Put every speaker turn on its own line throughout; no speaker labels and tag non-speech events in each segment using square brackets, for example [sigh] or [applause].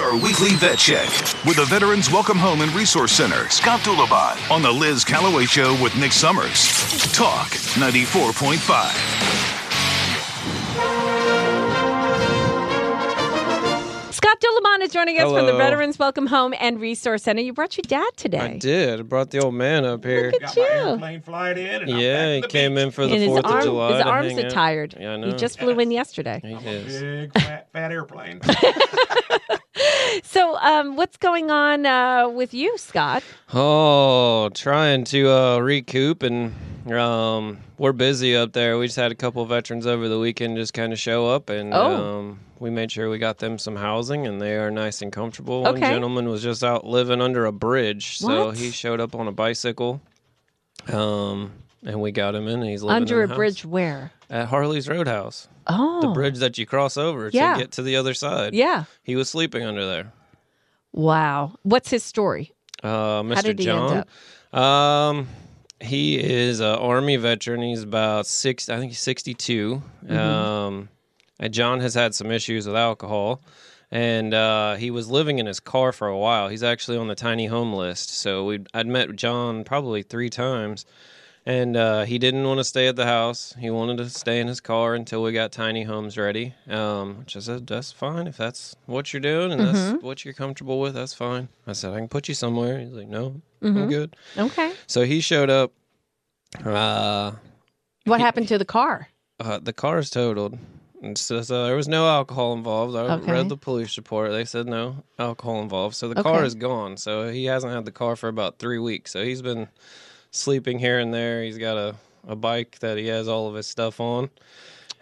Our weekly vet check with the Veterans Welcome Home and Resource Center, Scott Doulabot, on the Liz Callaway Show with Nick Summers. Talk 94.5.
Scott Dillamon is joining us from the
Hello.
Veterans Welcome Home and Resource Center. You brought your dad today.
I did. I brought the old man up here.
Look at you.
Plane flight in. And
Yeah, he came in for the
And his,
Fourth
arm,
of July.
his
to
arms
hang
are
out.
tired.
Yeah, I know.
He just flew in yesterday.
He is.
Big fat, fat airplane.
So, um, what's going on uh, with you, Scott?
Oh, trying to uh, recoup and um, we're busy up there. We just had a couple veterans over the weekend just kind of show up and
Oh.
um, we made sure we got them some housing and they are nice and comfortable. One
Okay.
gentleman was just out living under a bridge, so
What?
he showed up on a bicycle. Um, and we got him in. And he's living
Under
in
a
the house.
bridge, where?
at Harley's Roadhouse.
Oh,
the bridge that you cross over
Yeah.
to get to the other side.
Yeah.
He was sleeping under there.
Wow. What's his story?
Uh, Mr.
did he end
John. Um, he is an army veteran. He's about six. I think he's 62.
Mm-hmm.
Um, and John has had some issues with alcohol, and uh, he was living in his car for a while. He's actually on the tiny home list. So we I'd met John probably three times. And uh, he didn't want to stay at the house. He wanted to stay in his car until we got tiny homes ready. Um, which I said, that's fine if that's what you're doing and that's what you're comfortable with. That's fine. I said, I can put you somewhere. He's like, no, I'm good.
Okay.
So he showed up. Uh,
What happened to the car?
uh, the car is totaled. And so, so there was no alcohol involved. I
Okay.
read the police report. They said no alcohol involved. So the car
Okay.
is gone. So he hasn't had the car for about three weeks. So he's been sleeping here and there. He's got a, a bike that he has all of his stuff on.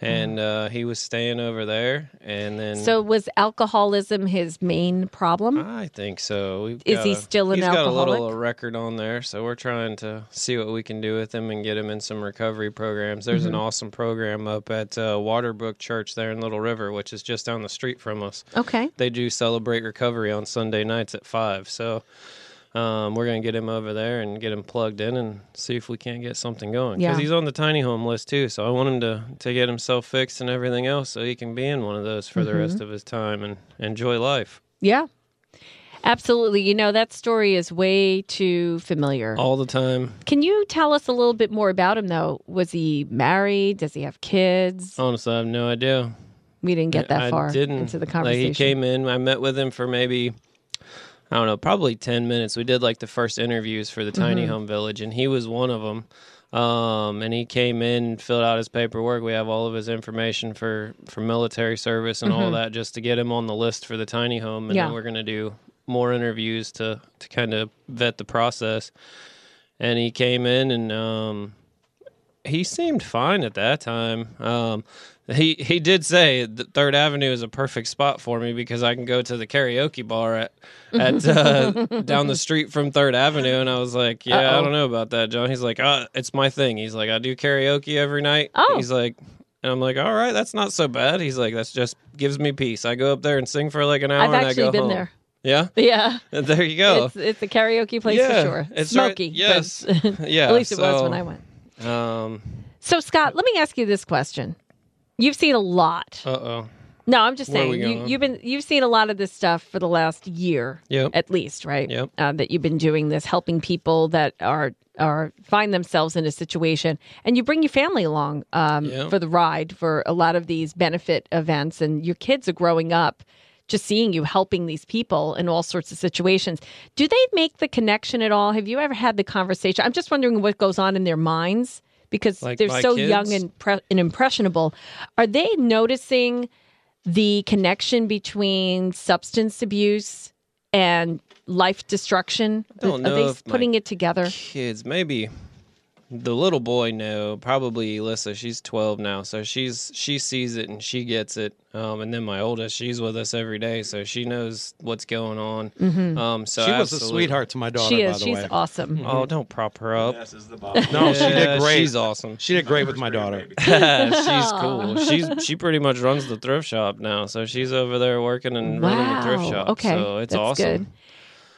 And uh, he was staying over there. And then.
Mm-hmm. So, was alcoholism his main problem?
I think so. We've
Is he
got a-
still an
He's got a little uh,
alcoholic?
record on there, so we're trying to see what we can do with him and get him in some recovery programs. There's
Mm-hmm.
an awesome program up at uh, Waterbrook Church there in Little River, which is just down the street from us.
Okay.
They do celebrate recovery on Sunday nights at five, so um, we're gonna get him over there and get him plugged in and see if we can't get something going. Because
Yeah.
he's on the tiny home list too, so I want him to to get himself fixed and everything else, so he can be in one of those for the
Mm-hmm.
rest of his time and enjoy life.
Yeah. Absolutely. You know, that story is way too familiar.
all the time.
Can you tell us a little bit more about him, though? Was he married? Does he have kids?
Honestly, I have no idea.
We didn't get that
Oh, I
far
didn't.
into the
Like,
conversation.
he came in. I met with him for maybe I don't know, probably ten minutes. We did like the first interviews for
Mm-hmm.
the tiny home village, and he was one of them. Um, and he came in, filled out his paperwork. We have all of his information for for military service and all that, just to get him on the list for the tiny home. And
Mm-hmm. Yeah.
then we're gonna do more interviews to to kind of vet the process. And he came in and um, he seemed fine at that time. Um, he he did say that Third Avenue is a perfect spot for me because I can go to the karaoke bar at
[laughs]
at uh, down the street from Third Avenue, and I was like, yeah, I
Uh-oh.
don't know about that, John. He's like, uh, it's my thing. He's like, I do karaoke every night.
Oh.
he's like. And I'm like, all right, that's not so bad. He's like, that's just gives me peace. I go up there and sing for like an hour.
I've
and I
actually
go
been
home.
there. [laughs]
Yeah,
Yeah.
there you go.
It's, it's a karaoke place
yeah,
for sure.
It's right-
Smoky. but
Yes,
[laughs]
yeah.
at least it was
so,
when I went.
Um.
So, Scott, let me ask you this question. You've seen a lot.
Uh oh.
no, I'm just
where are we
saying you,
going?
you've been you've seen a lot of this stuff for the last year,
Yep.
at least, right?
Yep.
Uh, that you've been doing this, helping people that are are find themselves in a situation, and you bring your family along um,
Yep.
for the ride for a lot of these benefit events, and your kids are growing up. Just seeing you helping these people in all sorts of situations. Do they make the connection at all? Have you ever had the conversation? I'm just wondering what goes on in their minds because
Like
they're
my
so young
kids?
and, pre- and impressionable. Are they noticing the connection between substance abuse and life destruction?
I don't
Are they
know if my-
putting it together?
kids maybe the little boy no probably Alyssa she's 12 now so she's she sees it and she gets it um, and then my oldest she's with us every day so she knows what's going on
Mm-hmm.
um, so
She was a
absolutely-
sweetheart to my daughter,
She
by
is.
the
She's
way.
awesome.
oh don't prop her up
this is the bottom.
Oh,
No, she
Yeah,
did great.
she's
[laughs]
awesome
She did great with my daughter.
she's cool she's she pretty much runs the thrift shop now so she's over there working and running the thrift
Wow.
shop
Okay,
so it's
that's
awesome
good.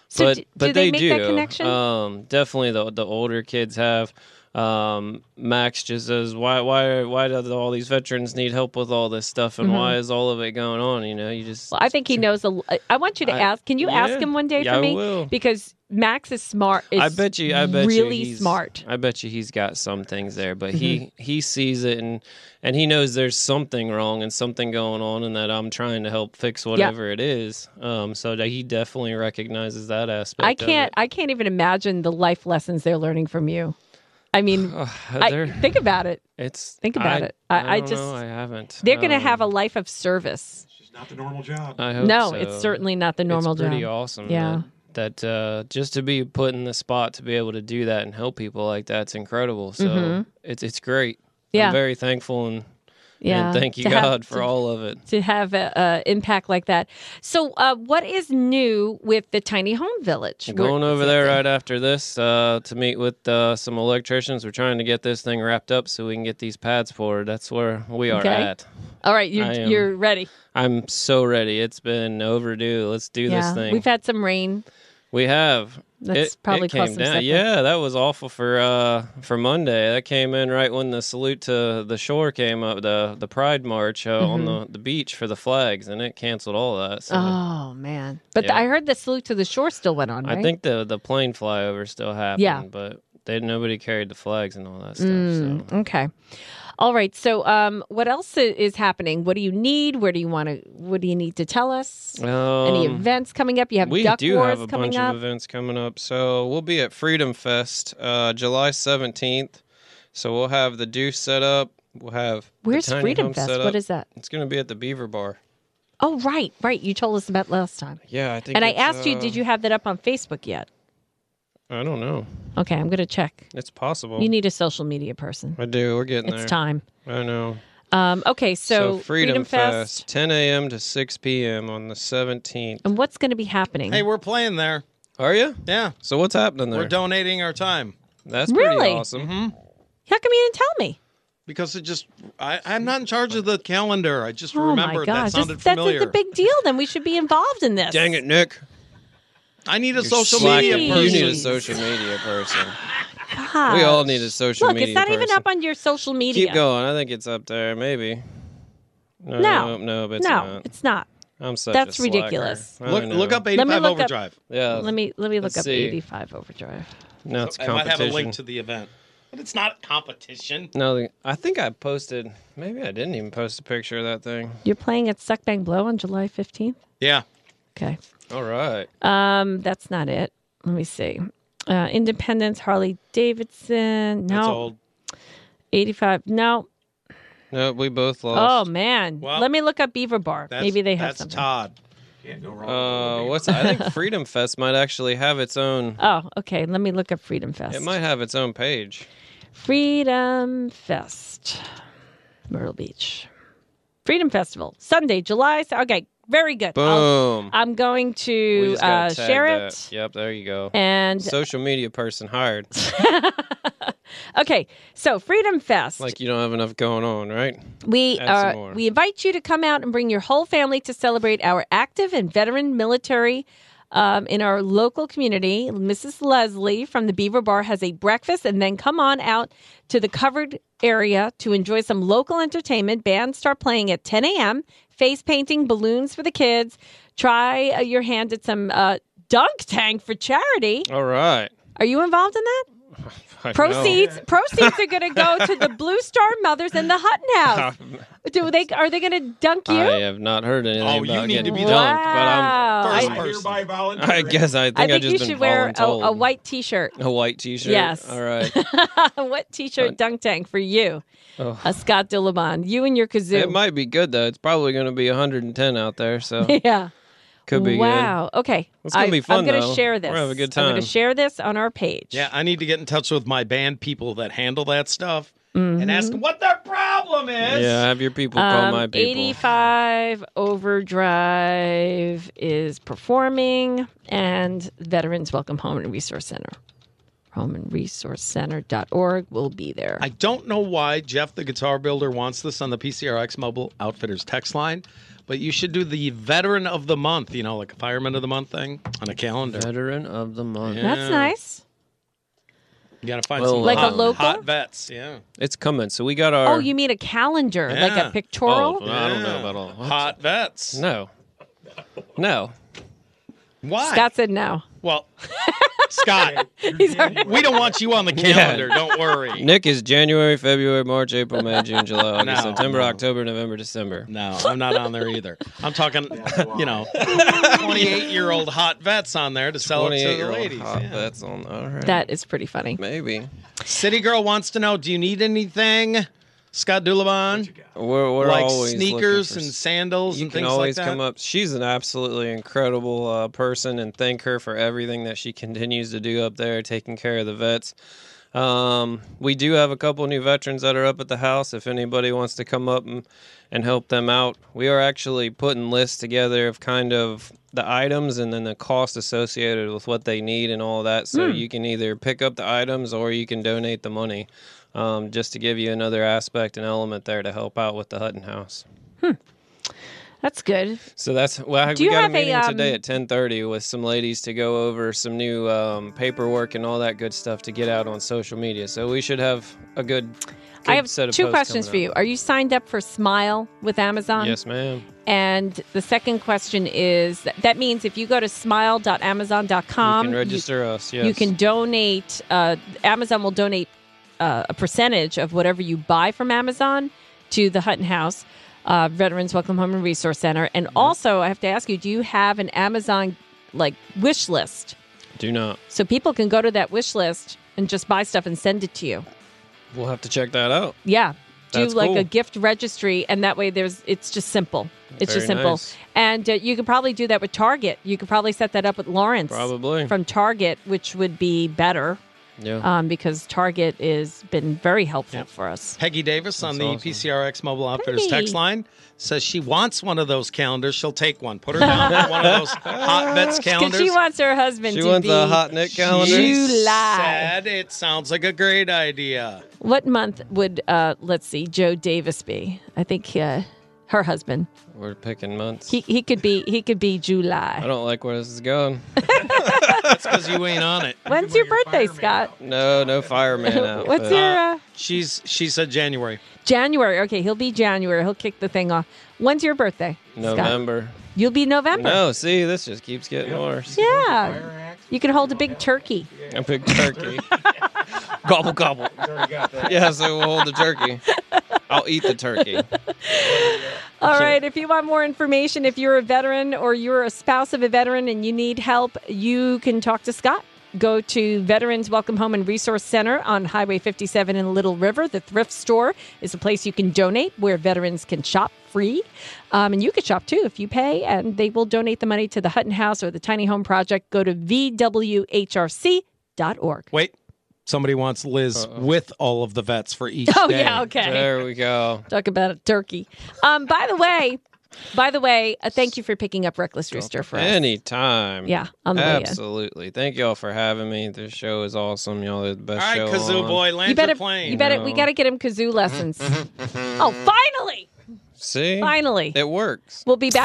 So
but
d- do
but
they,
they,
make
do
that connection?
Um, definitely the the older kids have. Um, Max just says, "Why, why, why do all these veterans need help with all this stuff, and why is all of it going on? You know, you just
Mm-hmm. Well, I think he knows. A, l- uh, I want you to
I-
ask. Can you
yeah.
ask him one day
Yeah,
for
I
me?
will.
Because Max is smart. Is
I bet you. I bet you.
really
he's-
smart. Mm-hmm.
I bet you he's got some things there, but he he sees it and and he knows there's something wrong and something going on, and that I'm trying to help fix whatever it is. Um, so that he definitely recognizes that aspect.
I can't. I can't even imagine the life lessons they're learning from you. I mean,
Of it. Uh,
I,
[sighs] they're-
think about it.
it's
think about
I-
it. I- I
don't
just-
know, I haven't.
They're going to
Um,
have a life of service.
It's just not the normal job.
I hope
No,
so.
it's certainly not the normal
it's pretty
job.
awesome.
Yeah.
That, that uh, just to be put in the spot to be able to do that and help people like that's incredible. So it's it's great.
Mm-hmm. Yeah.
I'm very thankful and,
Yeah,
and thank you
to have-
God for all of it.
to have a, a impact like that. So, uh, what is new with the tiny home village?
I'm going over there right after this uh, to meet with uh, some electricians. We're trying to get this thing wrapped up so we can get these pads poured. That's where we are
Okay.
at.
All right, you're,
I am-
you're ready.
I'm so ready. It's been overdue. Let's do this thing.
we've had some rain.
We have.
That's
it,
probably
it came
caused some
down.
setback.
Yeah, that was awful for uh for Monday. That came in right when the salute to the shore came up, the the Pride March uh, on the, the beach for the flags, and it canceled all that. So
Mm-hmm. Oh man! But
Yeah.
I heard the salute to the shore still went on. Right?
I think the the plane flyover still happened.
Yeah.
but they nobody carried the flags and all that stuff.
Mm,
So
Okay. All right. So, um, what else i- is happening? What do you need? Where do you want to? What do you need to tell us? Any
Um,
events coming up? You have
we
Duck
do
Wars
have a
coming
bunch
up.
of events coming up. So we'll be at Freedom Fest uh, July 17th. So we'll have the Deuce set up. We'll have the
Where's
Tiny
Freedom
Home
Fest?
set
What
up.
is that?
It's going to be at the Beaver Bar.
Oh, right, right. You told us about last time.
Yeah, I think.
And I
it's,
asked you,
uh,
did you have that up on Facebook yet?
I don't know.
Okay, I'm going to check.
It's possible.
You need a social media person.
I do. We're getting Oh. there.
It's time.
I know.
Um, okay, so, Freedom, Fest.
10 a.m. to 6 p.m. on the 17th.
And what's going to be happening?
Hey, we're playing there.
Are you?
Yeah.
So what's happening there?
We're donating our time
That's pretty
Really?
awesome.
How come you didn't tell me?
because it just, I, I'm not in charge of the calendar. I just
Oh my
remembered that
gosh,
sounded
this, that's
familiar.
a
[laughs]
big deal. Then we should be involved in this.
Dang it, Nick.
I need a
You're
social
slacking.
media
You
person.
need a social media person.
Gosh.
We all need a social
Ah. Look,
media
it's not even
person.
up on your social media.
Keep going. I think it's up there. Maybe. No,
No.
no, but it's
no,
not.
it's not.
I'm such
that's
a slacker.
ridiculous.
I
Look,
know.
look up 85
Let me look up-
Overdrive.
Yeah,
Let me let me look
Let's
up
see.
85 Overdrive.
No, it's
I
competition.
might have a link to the event. But it's not a competition.
No, the- I think I posted. Maybe I didn't even post a picture of that thing.
You're playing at Suck Bang Blow on July 15th.
Yeah.
Okay,
All right.
um, that's not it. Let me see. Uh, Independence, Harley Davidson.
That's
No,
old.
85. No.
No, we both
Oh
lost.
man.
Well,
let me look up Beaver Bar.
That's,
Maybe they have
that's
something.
Todd.
Can't go wrong.
Oh,
uh, what's? I think Freedom Fest might actually have its own.
Oh, okay. Let me look up Freedom Fest.
It might have its own page.
Freedom Fest, Myrtle Beach. Freedom Festival, Sunday, July. se- Okay, very good. I'll-
Boom.
I'm going
We
to
just gotta
uh,
tag
share
that.
it.
Yep, there you go.
And
Social media
[laughs]
person hired.
okay, so Freedom Fest.
Like you don't have enough going on, right?
we
add some
uh,
more.
we invite you to come out and bring your whole family to celebrate our active and veteran military um, in our local community. Mrs. Leslie from the Beaver Bar has a breakfast, and then come on out to the covered area to enjoy some local entertainment. Bands start playing at 10 a.m. Face painting, balloons for the kids. Try uh, your hand at some uh, dunk tank for charity.
All right.
Are you involved in that?
I know.
Proceeds proceeds are going to go
[laughs]
to the Blue Star Mothers and the Hutton House. Do they are they going to dunk you?
I have not heard anything
Oh,
about
you need to
getting
be
dunked,
wow.
but
I
first
I,
person.
hereby volunteer.
I'm. I guess I think I,
I think
just
you
been
should wear a,
voluntold. Oh.
a white T-shirt.
A white T-shirt.
Yes.
All right.
[laughs] what T-shirt dunk tank for you,
Uh, Oh.
a Scott Dillabon? You and your kazoo.
It might be good though. It's probably going to be 110 out there, so
[laughs] yeah.
could be
wow. Okay.
It's gonna
I-
be fun,
I'm going to
though.
share this.
We're gonna have a good
I'm going
time.
to share this on our page.
Yeah, I need to get in touch with my band people that handle that stuff
Mm-hmm.
and ask them what
their problem
good.
is.
Yeah, have your people call
Um,
my people.
85 Overdrive is performing, and Veterans Welcome Home and Resource Center. Home and Resource Center.org will be there.
I don't know why Jeff the guitar builder wants this on the PCRX Mobile Outfitters text line, but you should do the veteran of the month, you know, like a fireman of the month thing on a calendar.
Veteran of the month.
Yeah.
That's nice.
You gotta find
Well,
some
Like a
hot,
local?
hot vets. Yeah.
It's coming. So we got our.
Oh, you mean a calendar, like
Yeah.
a pictorial?
Oh, I don't know
Yeah.
about all- what?
Hot vets.
No. No.
Why?
Scott said no.
well, Scott,
[laughs]
we don't want you on
[laughs]
the calendar. Don't worry.
Nick is January, February, March, April, May,
[laughs]
June, July, August,
No,
September,
no.
October, November, December.
No, I'm not on there either.
[laughs]
I'm talking,
Yeah, you are.
you know, 28 year old hot vets on there to sell it to the
28-year-old
ladies.
hot
yeah.
That's on. All right.
That is pretty funny.
Maybe.
City girl wants to know: Do you need anything, Scott Dulabon?
We're, we're
Like
always looking
sneakers
for
and
s-
sandals
You
and
can
things
always
like that.
come up. She's an absolutely incredible uh, person, and thank her for everything that she continues to do up there, taking care of the vets. Um, we do have a couple new veterans that are up at the house. If anybody wants to come up and, and help them out, we are actually putting lists together of kind of the items and then the cost associated with what they need and all that. So
Hmm.
you can either pick up the items or you can donate the money. Um, just to give you another aspect and element there to help out with the Hutton House.
That's good.
So that's well.
Do
we
you
got a
have a,
meeting today
um,
at ten thirty with some ladies to go over some new um, paperwork and all that good stuff to get out on social media. So we should have a good.
I
good
have
set of
two
posts
questions for
coming
you. Um, Are you signed up for Smile with
up.
Amazon?
Yes, ma'am.
And the second question is that means if you go to smile.amazon.com,
you can
um, you-
register us. Yes,
you can donate uh, amazon will donate uh, a percentage of whatever you buy from amazon to the hutton house uh, veterans welcome home and resource center and
Mm-hmm.
also i have to ask you do you have an amazon like wish list
Do not.
so people can go to that wish list and just buy stuff and send it to you
We'll have to check that out.
yeah do
That's
like
cool.
a gift registry and that way there's it's just simple it's
Very
just simple
nice.
and uh, you could probably do that with target you could probably set that up with lawrence
Probably.
from target which would be better
Yeah.
um, because Target has been very helpful for us.
Peggy Davis on the E
awesome.
PCRX Mobile Outfitters
Peggy.
text line says she wants one of those calendars. She'll take one. Put her down on one of those
[laughs]
hot vets
Because
calendars.
she wants her husband
She
to
wants
be.
a hot Nick calendar.
You
She
lie.
said it sounds like a great idea.
What month would uh, let's see, Joe Davis be? I think uh, her husband.
We're picking months.
He he could be he could be
I
July.
don't like where this is going.
That's because you ain't on it.
When's your
Like your
birthday,
fireman
Scott?
No, no
[laughs]
fireman outfit.
What's your uh,
She's she said January.
January? Okay, he'll be January. He'll kick the thing off. When's your birthday, Scott?
November?
You'll be November.
No, see, this just keeps getting worse.
Yeah, you can hold a big turkey.
A big turkey. gobble gobble.
already got that.
Yeah, so we'll hold the turkey. I'll eat the
[laughs]
turkey.
All right. If you want more information, if you're a veteran or you're a spouse of a veteran and you need help, you can talk to Scott. Go to Veterans Welcome Home and Resource Center on Highway 57 in Little River. The thrift store is a place you can donate where veterans can shop free. Um, and you could shop too if you pay, and they will donate the money to the Hutton House or the Tiny Home Project. Go to VWHRC.org.
Wait, somebody wants Liz with all of the vets for each
Oh,
day.
yeah. Okay.
There we go.
Talk about a turkey. Um, by the way, by the way, uh, thank you for picking up Reckless Rooster for us.
Anytime.
Yeah, on the way in.
Absolutely. Thank y'all for having me. This show is awesome. Y'all are the
All
best
right,
show.
Kazoo
on.
boy, land
You better,
your plane.
you better, we
No.
got to get him kazoo lessons. oh, finally,
See?
finally,
Mm-hmm. It works.
we'll be back.